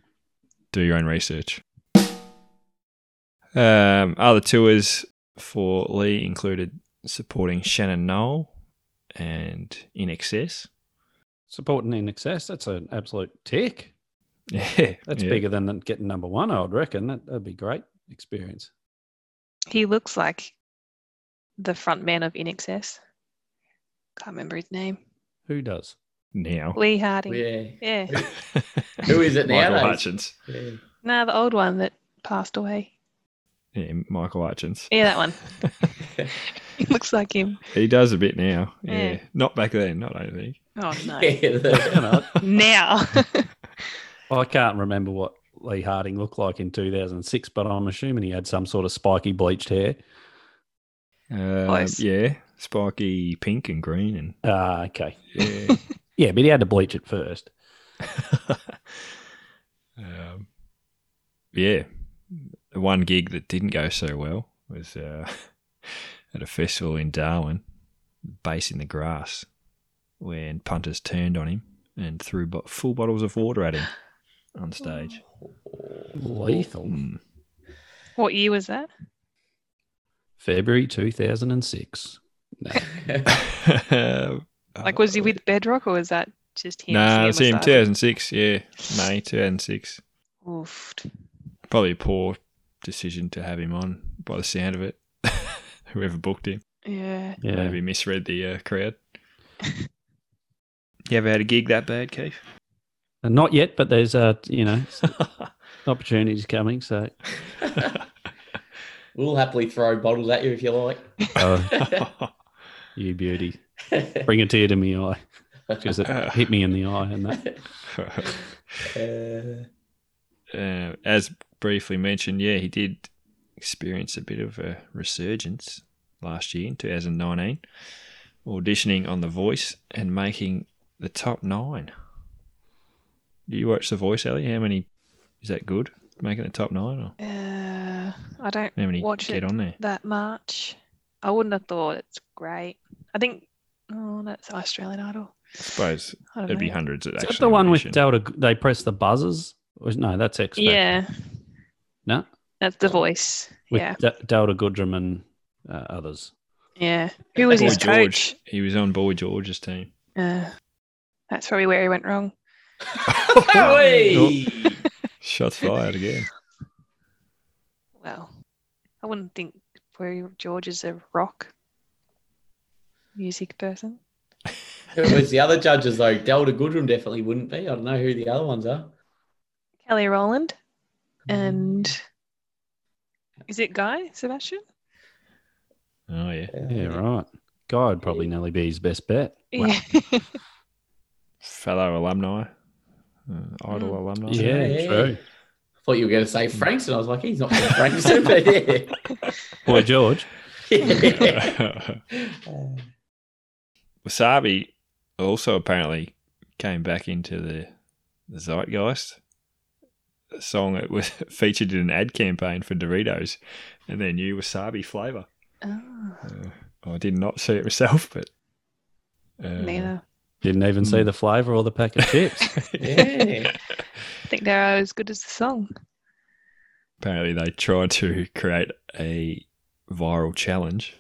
Speaker 1: do your own research. Um, other tours for Lee included supporting Shannon Knoll and In Excess.
Speaker 5: Supporting in excess. That's an absolute tick.
Speaker 1: Yeah,
Speaker 5: That's
Speaker 1: yeah.
Speaker 5: bigger than getting number one. I would reckon that that'd be great experience.
Speaker 6: He looks like the front man of INXS. Can't remember his name.
Speaker 5: Who does?
Speaker 1: now.
Speaker 6: Lee Harding. Yeah.
Speaker 4: yeah.
Speaker 1: Who
Speaker 4: is it
Speaker 1: Michael
Speaker 4: nowadays?
Speaker 1: Hutchins.
Speaker 4: yeah.
Speaker 6: No, the old one that passed away.
Speaker 1: Yeah, Michael Hutchins.
Speaker 6: Yeah, that one. He looks like him.
Speaker 1: he does a bit now. Yeah.
Speaker 6: Yeah.
Speaker 1: Not back then, not I don't think. Um,
Speaker 6: Oh no.
Speaker 4: Yeah,
Speaker 5: You
Speaker 4: the-
Speaker 5: know,
Speaker 6: now.
Speaker 5: I can't remember what Lee Harding looked like in 2006, but I'm assuming he had some sort of spiky bleached hair.
Speaker 1: Um,
Speaker 6: Nice.
Speaker 1: Yeah. Spiky pink and green and
Speaker 5: Ah, okay.
Speaker 1: yeah.
Speaker 5: Yeah, but he had to bleach it first.
Speaker 1: um, yeah. The one gig that didn't go so well was uh, at a festival in Darwin, Bass in the Grass, when punters turned on him and threw bo- full bottles of water at him on stage.
Speaker 6: Oh.
Speaker 5: Lethal.
Speaker 1: Mm.
Speaker 6: what year was that?
Speaker 5: February 2006. No.
Speaker 6: Like was he with Bedrock or was that just him?
Speaker 1: Nah,
Speaker 6: singing
Speaker 1: it's him.
Speaker 6: beside-
Speaker 1: 2006. Yeah, May 2006.
Speaker 6: Oof.
Speaker 1: Probably a poor decision to have him on. By the sound of it, whoever booked him
Speaker 6: Yeah.
Speaker 5: Yeah.
Speaker 1: maybe misread the uh, crowd. you ever had a gig that bad, Keith?
Speaker 5: And not yet, but there's uh, you know, opportunities coming. So
Speaker 4: we'll happily throw bottles at you if you like.
Speaker 5: Oh, you beauty, bring a tear to me eye because it hit me in the eye and that.
Speaker 4: Uh,
Speaker 1: uh, as briefly mentioned, yeah, he did experience a bit of a resurgence last year in 2019, auditioning on The Voice and making the top nine. Do you watch The Voice, Ellie? How many is that good? Making the top nine, or
Speaker 6: Uh, I don't
Speaker 1: how many
Speaker 6: Watch
Speaker 1: get
Speaker 6: it.
Speaker 1: on there?
Speaker 6: that much. I wouldn't have thought it's great. I think oh, that's Australian Idol.
Speaker 1: I suppose
Speaker 6: I don't
Speaker 1: it'd be
Speaker 6: know.
Speaker 1: hundreds. That
Speaker 5: Is that
Speaker 1: actually
Speaker 5: the one with
Speaker 1: audition.
Speaker 5: Delta? They press the buzzers. Or- No, that's X. Factor.
Speaker 6: Yeah,
Speaker 5: No,
Speaker 6: that's the voice.
Speaker 5: with
Speaker 6: yeah,
Speaker 5: D- Delta Goodrum and uh, others.
Speaker 6: yeah. Who was
Speaker 1: Boy
Speaker 6: his
Speaker 1: George.
Speaker 6: coach?
Speaker 1: He was on Boy George's team.
Speaker 6: Uh, that's probably where he went wrong.
Speaker 4: Hey!
Speaker 1: Shots fired again.
Speaker 6: Well, I wouldn't think Boy George is a rock music person.
Speaker 4: Who was the other judges though? Delta Goodrum definitely wouldn't be. I don't know who the other ones are.
Speaker 6: Kelly Rowland
Speaker 1: Mm.
Speaker 6: and is it Guy Sebastian?
Speaker 1: Oh yeah.
Speaker 5: Yeah, right. Guy would probably nearly be his best bet.
Speaker 6: Yeah.
Speaker 1: fellow alumni, uh,
Speaker 6: Hmm.
Speaker 1: Idol alumni.
Speaker 5: Yeah,
Speaker 4: Yeah.
Speaker 5: true.
Speaker 4: thought you were going to say Frankston. I was like, he's not from Frankston, but yeah.
Speaker 5: Boy George.
Speaker 4: yeah.
Speaker 1: Wasabi also apparently came back into the, the zeitgeist. A song that was featured in an ad campaign for Doritos and their new wasabi flavour.
Speaker 6: oh,
Speaker 1: Uh, I did not see it myself, but. uh,
Speaker 6: Nina.
Speaker 5: Didn't even see the flavour or the pack of chips.
Speaker 4: Yeah.
Speaker 6: I think they're as good as the song.
Speaker 1: apparently they tried to create a viral challenge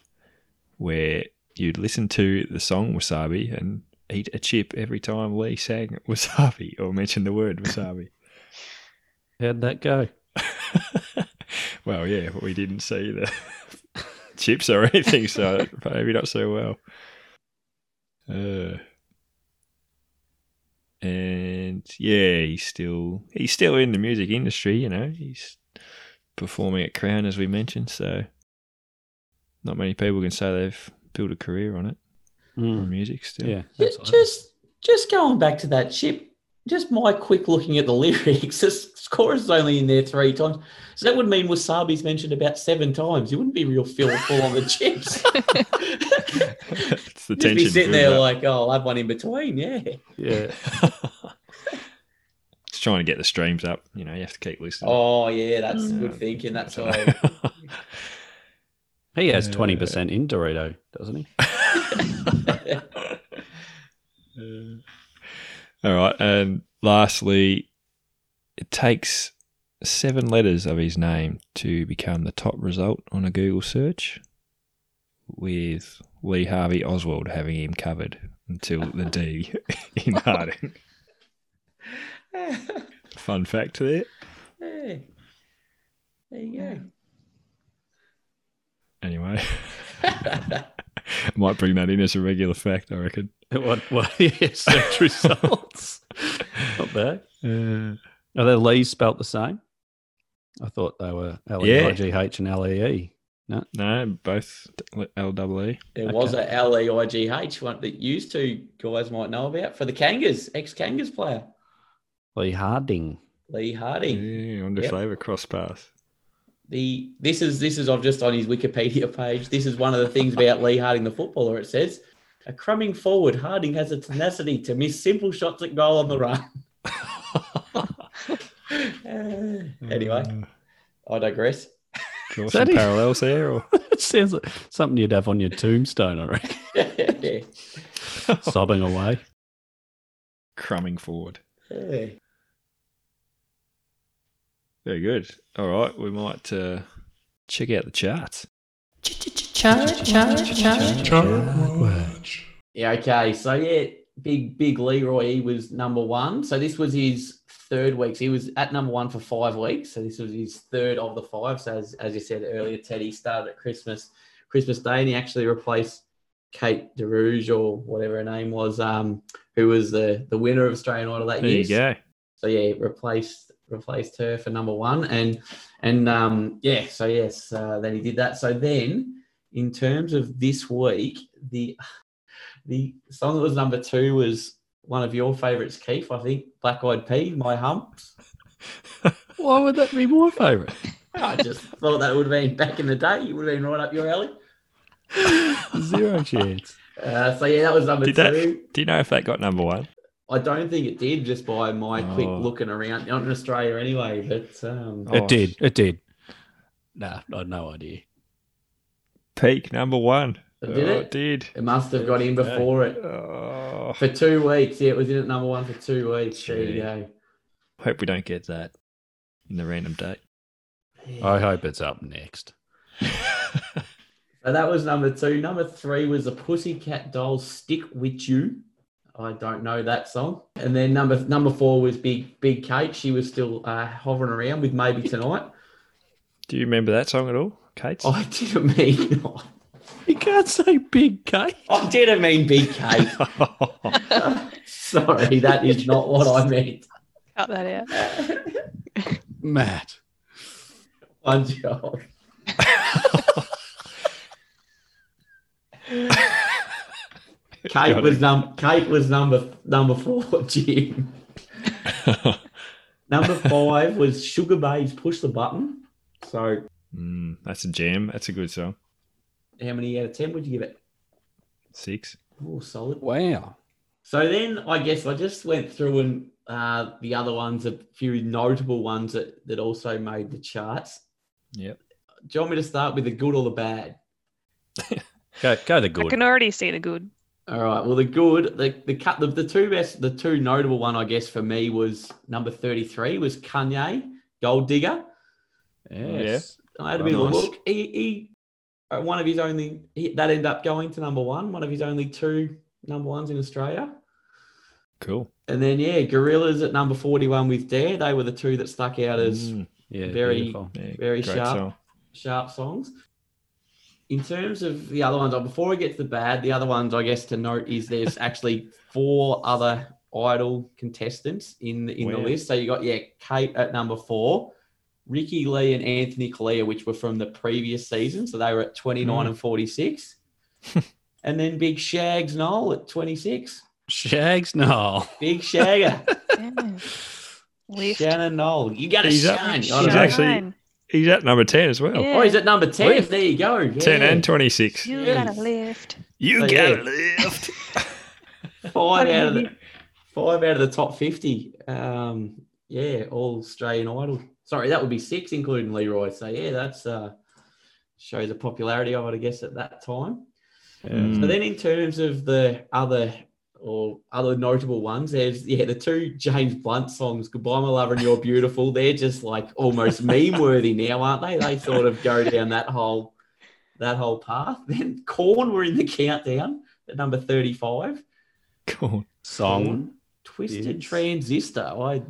Speaker 1: where you'd listen to the song wasabi and eat a chip every time lee sang wasabi or mentioned the word wasabi
Speaker 5: How'd that go?
Speaker 1: well yeah we didn't see the chips or anything so maybe not so well uh, and yeah he's still he's still in the music industry you know he's performing at crown as we mentioned so not many people can say they've built a career on it on music still
Speaker 5: Hmm. Yeah.
Speaker 4: Just,
Speaker 5: absolutely.
Speaker 4: just, just going back to that chip. Just my quick looking at the lyrics. This chorus is only in there three times, so that would mean wasabi's mentioned about seven times. You wouldn't be real fillful on the chips.
Speaker 1: it's the
Speaker 4: Just
Speaker 1: tension
Speaker 4: be sitting there
Speaker 1: build-up.
Speaker 4: like, oh, I'll have one in between. Yeah.
Speaker 5: yeah.
Speaker 1: it's trying to get the streams up you know you have to keep listening
Speaker 4: Oh, yeah, that's
Speaker 1: Mm.
Speaker 4: good thinking. That's
Speaker 1: So-
Speaker 4: all.
Speaker 5: He has
Speaker 1: Yeah.
Speaker 5: 20% in Dorito, doesn't he?
Speaker 1: All right, and lastly, it takes seven letters of his name to become the top result on a Google search, with Lee Harvey Oswald having him covered until the D in Harding. Fun fact there.
Speaker 4: Yeah. There you go.
Speaker 1: Anyway, might bring that in as a regular fact, I reckon.
Speaker 5: What, what yeah, search results? Not bad.
Speaker 1: Uh,
Speaker 5: Are the Lees spelt the same? I thought they were L E I G H and L E E.
Speaker 1: no, both L double E.
Speaker 4: There was
Speaker 5: Okay.
Speaker 4: a L E I G H one that used to guys might know about for the Kangas, ex Kangas player
Speaker 5: Lee Harding.
Speaker 4: Lee Harding.
Speaker 1: Yeah, I wonder
Speaker 4: E. Yep.
Speaker 1: if they ever cross paths.
Speaker 4: The this is this is I've just on his Wikipedia page. This is one of the things about Lee Harding, the footballer. It says. A crumbing forward, Harding has a tenacity to miss simple shots at goal on the run. Uh, anyway,
Speaker 1: Mm.
Speaker 4: I digress.
Speaker 1: Draw
Speaker 5: Is
Speaker 1: some
Speaker 5: that it?
Speaker 1: parallels there, or
Speaker 5: it sounds like something you'd have on your tombstone, I reckon.
Speaker 4: Yeah.
Speaker 5: Sobbing away.
Speaker 1: crumbing forward.
Speaker 4: Yeah.
Speaker 1: Very good. All right, we might uh, check out the charts.
Speaker 3: Chartwatch.
Speaker 4: Yeah, okay. So yeah, big big Leroy he was number one. So this was his third week. So he was at number one for five weeks. So this was his third of the five. So as, as you said earlier, Teddy started at Christmas Christmas Day, and he actually replaced Kate DeRouge or whatever her name was, um, who was the the winner of Australian Idol that
Speaker 1: There
Speaker 4: year.
Speaker 1: you go.
Speaker 4: So yeah, replaced replaced her for number one, and and um, yeah, so yes, uh, then he did that. So then, in terms of this week, the the song that was number two was one of your favourites, Keith. I think Black Eyed Pea, My Humps.
Speaker 5: Why would that be my favourite?
Speaker 4: I just thought that would have been back in the day. You would have been right up your alley.
Speaker 5: Zero chance.
Speaker 4: Uh, so yeah, that was number
Speaker 1: Did that-
Speaker 4: two.
Speaker 1: Do you know if that got number one?
Speaker 4: I don't think it did just by my quick
Speaker 1: Oh.
Speaker 4: looking around, not in Australia anyway. But um,
Speaker 1: Oh.
Speaker 5: It did. It did. Nah, I had no idea.
Speaker 1: Peak number one.
Speaker 4: It did
Speaker 1: Oh,
Speaker 4: it?
Speaker 1: it did.
Speaker 4: it must have got in before it
Speaker 1: Oh,
Speaker 4: for two weeks. Yeah, it was in at number one for two weeks. There you go.
Speaker 1: hope we don't get that in the random date.
Speaker 5: I hope it's up next.
Speaker 4: So that was number two. Number three was the Pussycat Dolls "Stick with You." I don't know that song. And then number number four was Big Big Kate. She was still uh, hovering around with "Maybe Tonight."
Speaker 1: Do you remember that song at all, Kate?
Speaker 4: I didn't mean
Speaker 5: You can't say big cake.
Speaker 4: I didn't mean Big Kate. Sorry, that is not what I meant.
Speaker 6: Cut that out.
Speaker 5: Matt.
Speaker 4: One job. Kate
Speaker 1: Got
Speaker 4: was num Kate was number number four, Jim. Number five was Sugar Babes Push the Button. So
Speaker 1: mm, that's a jam. That's a good song.
Speaker 4: how many out of ten would you give it?
Speaker 1: Six.
Speaker 4: Oh, solid.
Speaker 5: Wow.
Speaker 4: So then I guess I just went through and uh, the other ones, a few notable ones that, that also made the charts.
Speaker 1: Yep.
Speaker 4: Do you want me to start with the good or the bad?
Speaker 5: Go, go the
Speaker 6: I
Speaker 5: good.
Speaker 6: can already see the good.
Speaker 4: All right. Well, the good, the the cut, the, the two best, the two notable one, I guess, for me was number thirty three was Kanye Gold Digger. I had a
Speaker 1: Oh,
Speaker 4: bit of a
Speaker 1: nice.
Speaker 4: look. He, he uh, one of his only he, that ended up going to number one. One of his only two number ones in Australia.
Speaker 1: Cool.
Speaker 4: And then yeah, Gorillas at number forty one with Dare. They were the two that stuck out as
Speaker 1: Mm,
Speaker 5: Yeah.
Speaker 4: Very-
Speaker 5: beautiful.
Speaker 1: yeah,
Speaker 4: very
Speaker 1: great
Speaker 4: sharp.
Speaker 1: song.
Speaker 4: sharp songs. In terms of the other ones, oh, before we get to the bad, the other ones I guess to note is there's actually four other idol contestants in the, in the
Speaker 1: Wow.
Speaker 4: list. So you got yeah, Kate at number four, Ricky Lee and Anthony Kalia, which were from the previous season, so they were at 29
Speaker 1: Mm.
Speaker 4: and 46, and then Big Shags Noel at 26.
Speaker 5: Shags, no.
Speaker 4: Big Shagger,
Speaker 6: Damn. Lift.
Speaker 4: Shannon Noel, you got to
Speaker 1: He's up.
Speaker 4: shine.
Speaker 1: He's
Speaker 4: I don't know.
Speaker 1: actually-
Speaker 6: Shine.
Speaker 1: He's at number ten as well.
Speaker 6: Yeah.
Speaker 4: Oh, he's at number 10.
Speaker 1: Lift.
Speaker 4: There you go.
Speaker 1: Ten
Speaker 4: yeah.
Speaker 1: and twenty six.
Speaker 6: You
Speaker 4: Yes.
Speaker 6: gotta lift.
Speaker 1: You
Speaker 4: So,
Speaker 1: got
Speaker 4: five
Speaker 6: Fucking
Speaker 4: out of the five out of the top fifty. Um, yeah, all Australian Idol. Sorry, that would be six, including Leroy. So yeah, that's uh, shows the popularity of it, I guess, at that time.
Speaker 1: Mm,
Speaker 4: So then, in terms of the other or other notable ones, there's yeah the two James Blunt songs, "Goodbye My Lover" and "You're Beautiful." They're just like almost meme worthy now, aren't they? They sort of go down that whole that whole path. Then Corn were in the countdown at number thirty-five.
Speaker 1: Cool.
Speaker 5: Song.
Speaker 4: Corn, Twisted
Speaker 5: Yes.
Speaker 4: Transistor. I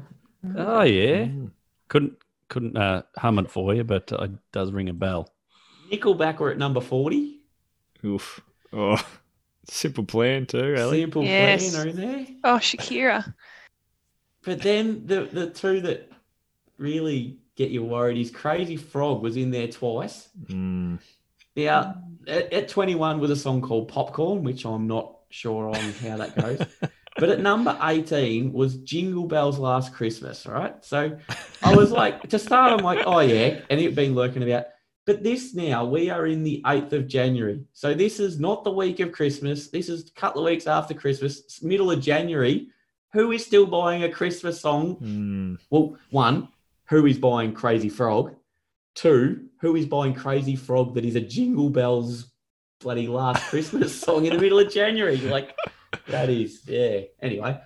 Speaker 5: Oh yeah.
Speaker 1: Mm.
Speaker 5: Couldn't couldn't uh, hum it for you, but uh, it does ring a bell.
Speaker 4: Nickelback were at number forty.
Speaker 1: Oof. Oh, simple plan too, Ali.
Speaker 4: Simple
Speaker 6: Yes.
Speaker 4: plan are in there.
Speaker 6: Oh, Shakira.
Speaker 4: But then the the two that really get you worried is Crazy Frog was in there twice.
Speaker 1: Mm.
Speaker 4: Now at, at twenty one was a song called Popcorn, which I'm not sure on how that goes. but at number eighteen was Jingle Bells Last Christmas. Right, so I was like, to start, I'm like, oh yeah, and it'd been lurking about. But this now, we are in the 8th of January. So this is not the week of Christmas. This is a couple of weeks after Christmas, it's middle of January. Who is still buying a Christmas song
Speaker 1: Mm.
Speaker 4: well, one, who is buying Crazy Frog? Two, who is buying Crazy Frog that is a Jingle Bells bloody last Christmas song in the middle of January? Like, that is, yeah. Anyway.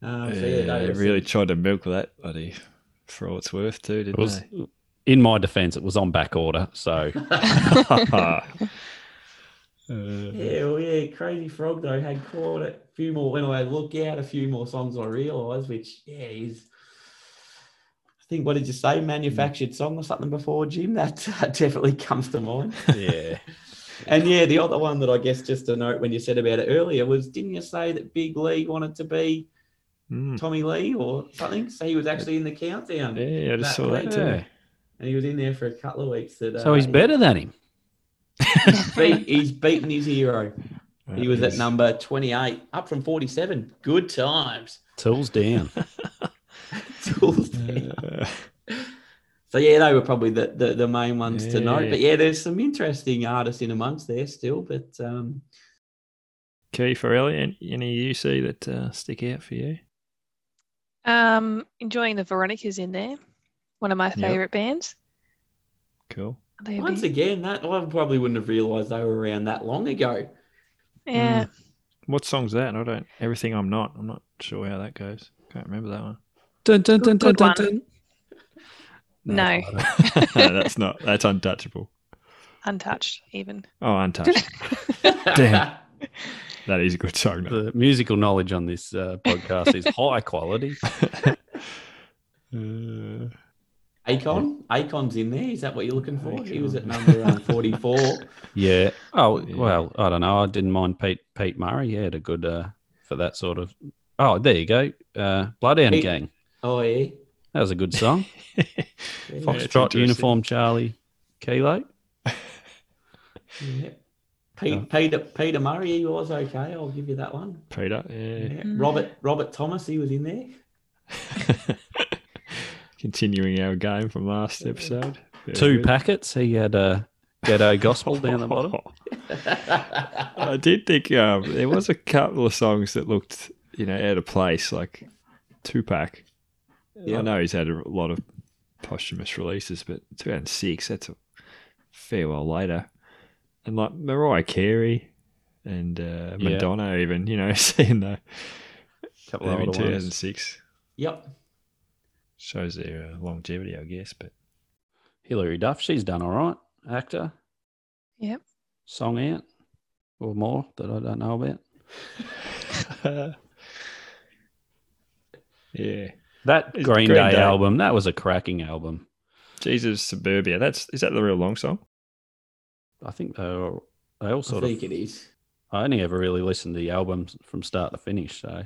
Speaker 4: Um, so, yeah,
Speaker 1: Yeah,
Speaker 4: that
Speaker 1: they
Speaker 4: was-
Speaker 1: really tried to milk that buddy for all it's worth too,
Speaker 5: It
Speaker 1: didn't
Speaker 5: was, in my defence, it was on back order, so
Speaker 1: they?
Speaker 4: yeah, well, yeah, Crazy Frog, though, had caught a few more when I look out, a few more songs I realised, which, yeah, is. I think, what did you say? Manufactured song or something before, Jim? That uh, definitely comes to mind.
Speaker 5: yeah.
Speaker 4: And yeah, the other one that I guess just to note when you said about it earlier was didn't you say that Big Lee wanted to be
Speaker 1: Mm.
Speaker 4: Tommy Lee or something? So he was actually in the countdown
Speaker 1: Yeah, I just
Speaker 4: That
Speaker 1: saw that
Speaker 4: late.
Speaker 1: too.
Speaker 5: Yeah.
Speaker 4: and he was in there for a couple of weeks. That,
Speaker 5: So he's
Speaker 4: he-
Speaker 5: better than him.
Speaker 4: Beat, he's beaten his hero.
Speaker 1: That
Speaker 4: He was at
Speaker 1: is-
Speaker 4: number 28, up from 47. Good times.
Speaker 5: Tools down.
Speaker 4: Tools down.
Speaker 1: Uh,
Speaker 4: So yeah, they were probably the, the, the main ones to note.
Speaker 1: Yeah.
Speaker 4: But yeah, there's some interesting artists in amongst there still. But um,
Speaker 1: Keith or Ellie, an- any you see that uh, stick out for you?
Speaker 6: Um, enjoying the Veronicas in there. One of my favourite bands.
Speaker 1: Cool.
Speaker 6: They a
Speaker 4: once
Speaker 6: bit-
Speaker 4: again, that I probably wouldn't have realised they were around that long ago.
Speaker 6: yeah.
Speaker 1: Hmm. What song's that? I don't. Everything I'm not. I'm not sure how that goes. Can't remember that one.
Speaker 5: Dun, dun,
Speaker 6: Good- good one. No.
Speaker 1: that's not. That's untouchable.
Speaker 6: Untouched, even.
Speaker 1: Oh, untouched. Damn. That is a good song. Though.
Speaker 5: The musical knowledge on this uh, podcast is high quality.
Speaker 1: Uh,
Speaker 4: Akon, Akon's in there. Is that what you're looking for? He was at number um, 44.
Speaker 5: Yeah. Oh
Speaker 1: Yeah.
Speaker 5: well, I don't know. I didn't mind Pete Pete Murray. He had a good uh, for that sort of. Oh, there you go. Uh, Bloodhound
Speaker 4: Pete-
Speaker 5: Gang.
Speaker 4: Oh yeah.
Speaker 5: That was a good song.
Speaker 4: Yeah.
Speaker 1: it's
Speaker 5: Foxtrot
Speaker 1: interesting.
Speaker 5: Uniform Charlie Kilo.
Speaker 4: Yeah. Pete,
Speaker 5: Yeah.
Speaker 4: Peter Peter Murray, he was okay. I'll give you that one.
Speaker 1: Peter.
Speaker 4: Yeah.
Speaker 1: Yeah.
Speaker 6: Mm.
Speaker 4: Robert Robert Thomas, he was in there.
Speaker 1: Continuing our game from last episode. Very
Speaker 5: Two
Speaker 1: good.
Speaker 5: packets. He had a ghetto gospel down the bottom.
Speaker 1: I did think um, there was a couple of songs that looked, you know, out of place, like Tupac. I
Speaker 4: Yeah.
Speaker 1: know he's had a lot of posthumous releases, but 2006, that's a fair while later. And like Mariah Carey and uh,
Speaker 5: Yeah.
Speaker 1: Madonna, even, you know, seeing the,
Speaker 5: couple
Speaker 1: them
Speaker 5: of
Speaker 1: in
Speaker 5: older ones.
Speaker 1: 2006
Speaker 4: yep.
Speaker 1: shows their uh, longevity, I guess. But
Speaker 5: Hilary Duff. She's done all right. Actor.
Speaker 6: Yep.
Speaker 5: Song out or more that I don't know about.
Speaker 1: yeah,
Speaker 5: That
Speaker 1: It's
Speaker 5: Green,
Speaker 1: Green
Speaker 5: Day,
Speaker 1: Day.
Speaker 5: album. That was a cracking album.
Speaker 1: Jesus Suburbia. That's is that the real long song?
Speaker 5: I think they were, they all sort
Speaker 4: I
Speaker 5: of
Speaker 4: think it is.
Speaker 5: I only ever really listened to the albums from start to finish. So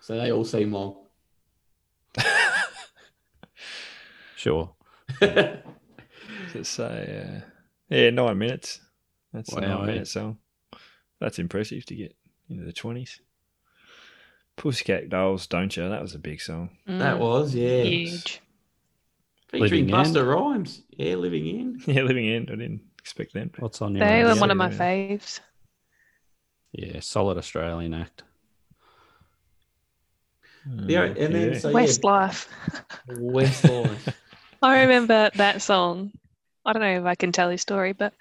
Speaker 4: So they all seem long.
Speaker 5: sure,
Speaker 1: Does it say? Uh, yeah, nine minutes. That's a
Speaker 5: Wow,
Speaker 1: nine
Speaker 5: eh?
Speaker 1: minute song. That's impressive to get into the twenties. Pussycat Dolls, don't you? That was a big song.
Speaker 4: that
Speaker 6: Mm.
Speaker 4: was, yeah.
Speaker 6: Huge.
Speaker 4: Featuring
Speaker 5: Living
Speaker 4: Buster
Speaker 5: End.
Speaker 4: Rhymes. Yeah, living in.
Speaker 1: Yeah, Living End. I didn't expect them.
Speaker 4: Oh.
Speaker 1: to-
Speaker 5: what's on your?
Speaker 6: They
Speaker 5: list?
Speaker 6: were one of my
Speaker 1: Yeah.
Speaker 6: faves.
Speaker 5: Yeah, solid Australian act.
Speaker 4: Yeah, and then
Speaker 1: Uh, Yeah.
Speaker 4: so Oh, yeah,
Speaker 6: Westlife.
Speaker 4: Westlife.
Speaker 6: I remember that song. I don't know if I can tell his story, but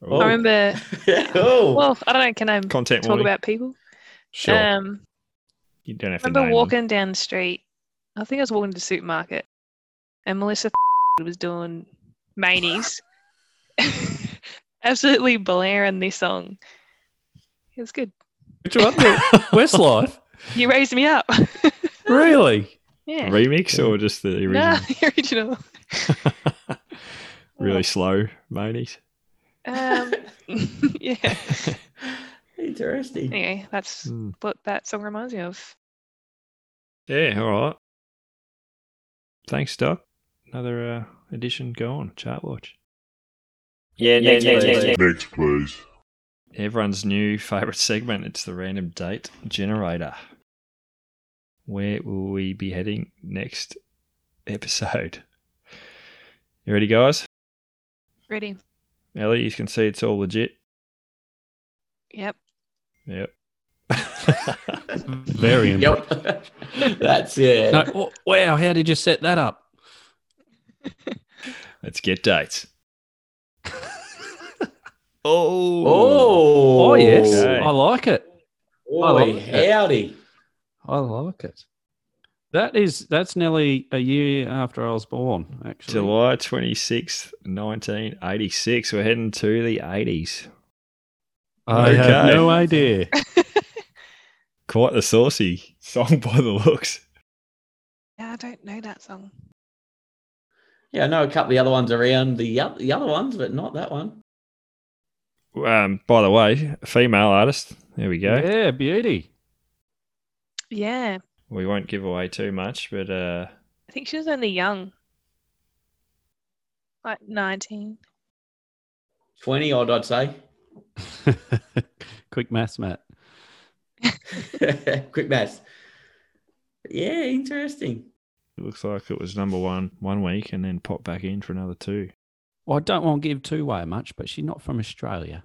Speaker 1: Oh,
Speaker 6: I remember.
Speaker 4: oh,
Speaker 6: Well, I don't know. Can I
Speaker 1: content
Speaker 6: talk
Speaker 1: warning.
Speaker 6: about people?
Speaker 5: Sure.
Speaker 6: Um,
Speaker 1: you don't have
Speaker 6: I
Speaker 1: to
Speaker 6: remember
Speaker 1: name
Speaker 6: walking down the street. I think I was walking to the supermarket, and Melissa was doing Manies, absolutely blaring this song. It was good.
Speaker 5: Which one? Westlife.
Speaker 6: You raised me up.
Speaker 5: Really?
Speaker 1: them.
Speaker 6: yeah.
Speaker 1: remix or just the
Speaker 6: no,
Speaker 1: original.
Speaker 6: the original.
Speaker 1: really slow, mateys.
Speaker 6: Um, yeah.
Speaker 4: Interesting.
Speaker 6: Anyway,
Speaker 1: Hmm.
Speaker 6: that's what that song reminds me of.
Speaker 1: Yeah, all right. Thanks, Doc. Another uh, edition gone. Chart watch. Yeah,
Speaker 4: next, next, next, next.
Speaker 3: Next, please.
Speaker 1: Everyone's new favorite segment. It's the random date generator. Where will we be heading next episode? You ready, guys?
Speaker 6: Ready?
Speaker 1: Ellie, you can see it's all legit.
Speaker 6: Yep.
Speaker 1: Yep.
Speaker 5: Very impressive.
Speaker 4: Yep. That's it.
Speaker 5: No, w- wow, how did you set that up?
Speaker 1: Let's get dates. oh.
Speaker 4: Oh,
Speaker 5: Oh, yes,
Speaker 1: Okay.
Speaker 5: I like it.
Speaker 4: Boy,
Speaker 5: like it.
Speaker 4: howdy.
Speaker 5: I like it. That is that's nearly a year after I was born. Actually,
Speaker 1: July 26th, 1986. We're heading to the 80s.
Speaker 5: I had
Speaker 1: Okay.
Speaker 5: no idea.
Speaker 1: Quite the saucy song by the looks.
Speaker 6: Yeah, I don't know that song.
Speaker 4: Yeah, I know a couple of the other ones around the, oth- the other ones, but not that one.
Speaker 1: Um, by the way, female artist. There we go.
Speaker 5: Yeah, beauty.
Speaker 6: Yeah.
Speaker 1: We won't give away too much, but uh,
Speaker 6: I think she was only young. Like 19.
Speaker 4: 20 odd, I'd say.
Speaker 5: Quick maths, Matt.
Speaker 4: Quick maths. Yeah, interesting.
Speaker 1: It looks like it was number one one week and then popped back in for another two.
Speaker 5: Well, I don't want to give two away much, but she's not from Australia.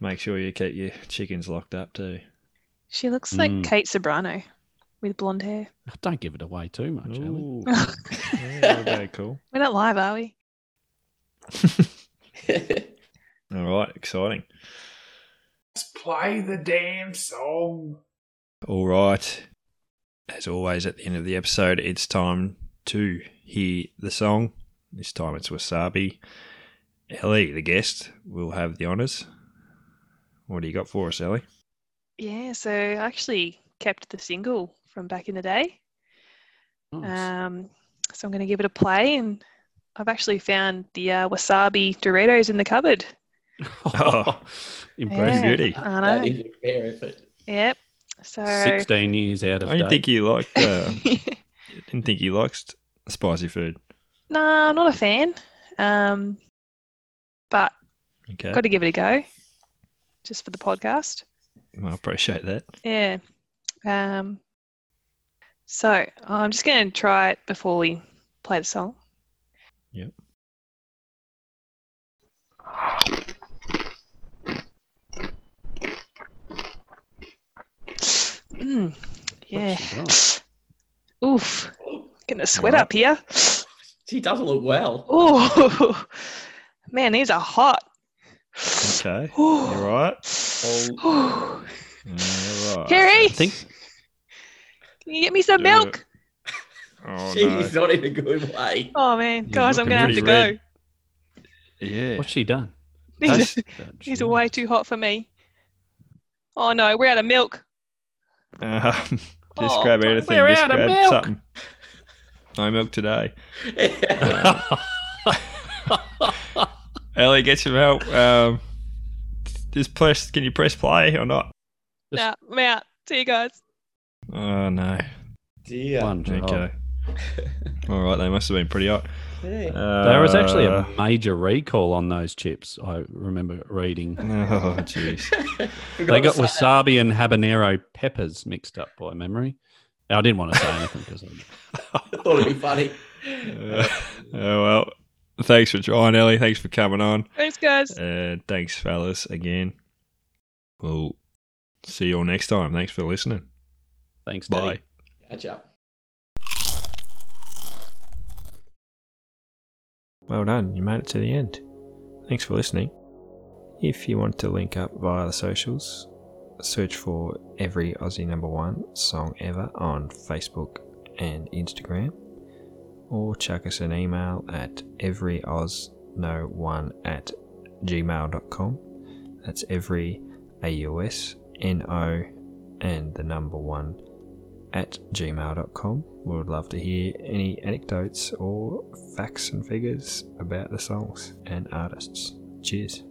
Speaker 1: Make sure you keep your chickens locked up too.
Speaker 6: She looks like
Speaker 5: Mm.
Speaker 6: Kate Sobrano with blonde hair.
Speaker 5: Don't give it away too much. Ellie.
Speaker 1: Ooh. yeah, okay, cool.
Speaker 6: We're not live, are we?
Speaker 1: All right, exciting.
Speaker 7: Let's play the damn song.
Speaker 1: All right. As always, at the end of the episode, it's time to hear the song. This time it's Wasabi. Ellie, the guest, will have the honours. What do you got for us, Ellie?
Speaker 6: Yeah, so I actually kept the single from back in the day.
Speaker 5: Nice.
Speaker 6: Um, so I'm going to give it a play, and I've actually found the uh, wasabi Doritos in the cupboard.
Speaker 1: Oh.
Speaker 5: Impressive.
Speaker 6: Yeah.
Speaker 1: Beauty.
Speaker 6: I
Speaker 4: that
Speaker 6: know.
Speaker 4: is a fair effort.
Speaker 6: Yep. So
Speaker 5: 16 years out of
Speaker 1: I didn't
Speaker 5: date.
Speaker 1: think you liked. Uh, didn't think you liked spicy food.
Speaker 6: nah, not a fan. Um, but
Speaker 1: Okay,
Speaker 6: got to give it a go, just for the podcast.
Speaker 1: Well, I appreciate that.
Speaker 6: Yeah. Um, so I'm just going to try it before we play the song.
Speaker 1: Yep.
Speaker 6: Mm, yeah.
Speaker 5: Gosh,
Speaker 6: Oof. Gonna sweat
Speaker 1: right?
Speaker 6: up here.
Speaker 4: She does look well.
Speaker 6: Oh, man, these are hot.
Speaker 1: Okay,
Speaker 6: Ooh.
Speaker 1: all right,
Speaker 6: Ooh.
Speaker 1: all right.
Speaker 6: Harry?
Speaker 5: I think
Speaker 6: Can you get me
Speaker 1: Do
Speaker 6: some
Speaker 1: it.
Speaker 6: milk?
Speaker 1: Oh, no.
Speaker 4: She's not in a good way.
Speaker 6: Oh man,
Speaker 1: You're
Speaker 6: guys, I'm
Speaker 1: looking
Speaker 6: gonna have to
Speaker 1: pretty
Speaker 6: go.
Speaker 1: red. Yeah.
Speaker 5: what's she done?
Speaker 6: These, are-
Speaker 5: These
Speaker 6: these are way too hot for me. Oh no, we're out of milk.
Speaker 1: Um, just
Speaker 6: Oh,
Speaker 1: grab anything.
Speaker 5: we're
Speaker 1: Just
Speaker 5: out of
Speaker 1: grab
Speaker 5: milk.
Speaker 1: something. No milk today. Ellie, get some help. Um, just press. Can you press play or not?
Speaker 6: Nah, I'm out. See you guys.
Speaker 1: Oh no.
Speaker 4: Dear.
Speaker 5: One job.
Speaker 1: Okay. All right. They must have been pretty hot.
Speaker 4: Yeah.
Speaker 1: Uh,
Speaker 5: There was actually a major recall on those chips. I remember reading.
Speaker 1: Oh jeez.
Speaker 5: They got wasabi and habanero peppers mixed up by memory. I didn't want to say anything because
Speaker 4: I thought it'd be funny.
Speaker 1: Uh, oh well. Thanks for trying, Ellie. Thanks for coming on.
Speaker 6: Thanks, guys.
Speaker 1: Uh, thanks, fellas, again. We'll see you all next time. Thanks for listening.
Speaker 5: thanks, Daddy.
Speaker 1: Bye.
Speaker 4: Catch up.
Speaker 1: Well done, you made it to the end. Thanks for listening. If you want to link up via the socials, search for Every Aussie Number One Song Ever on Facebook and Instagram, or chuck us an email at everyozno1 at gmail.com. That's every AUS NO and the number one at gmail.com. We would love to hear any anecdotes or facts and figures about the songs and artists. Cheers.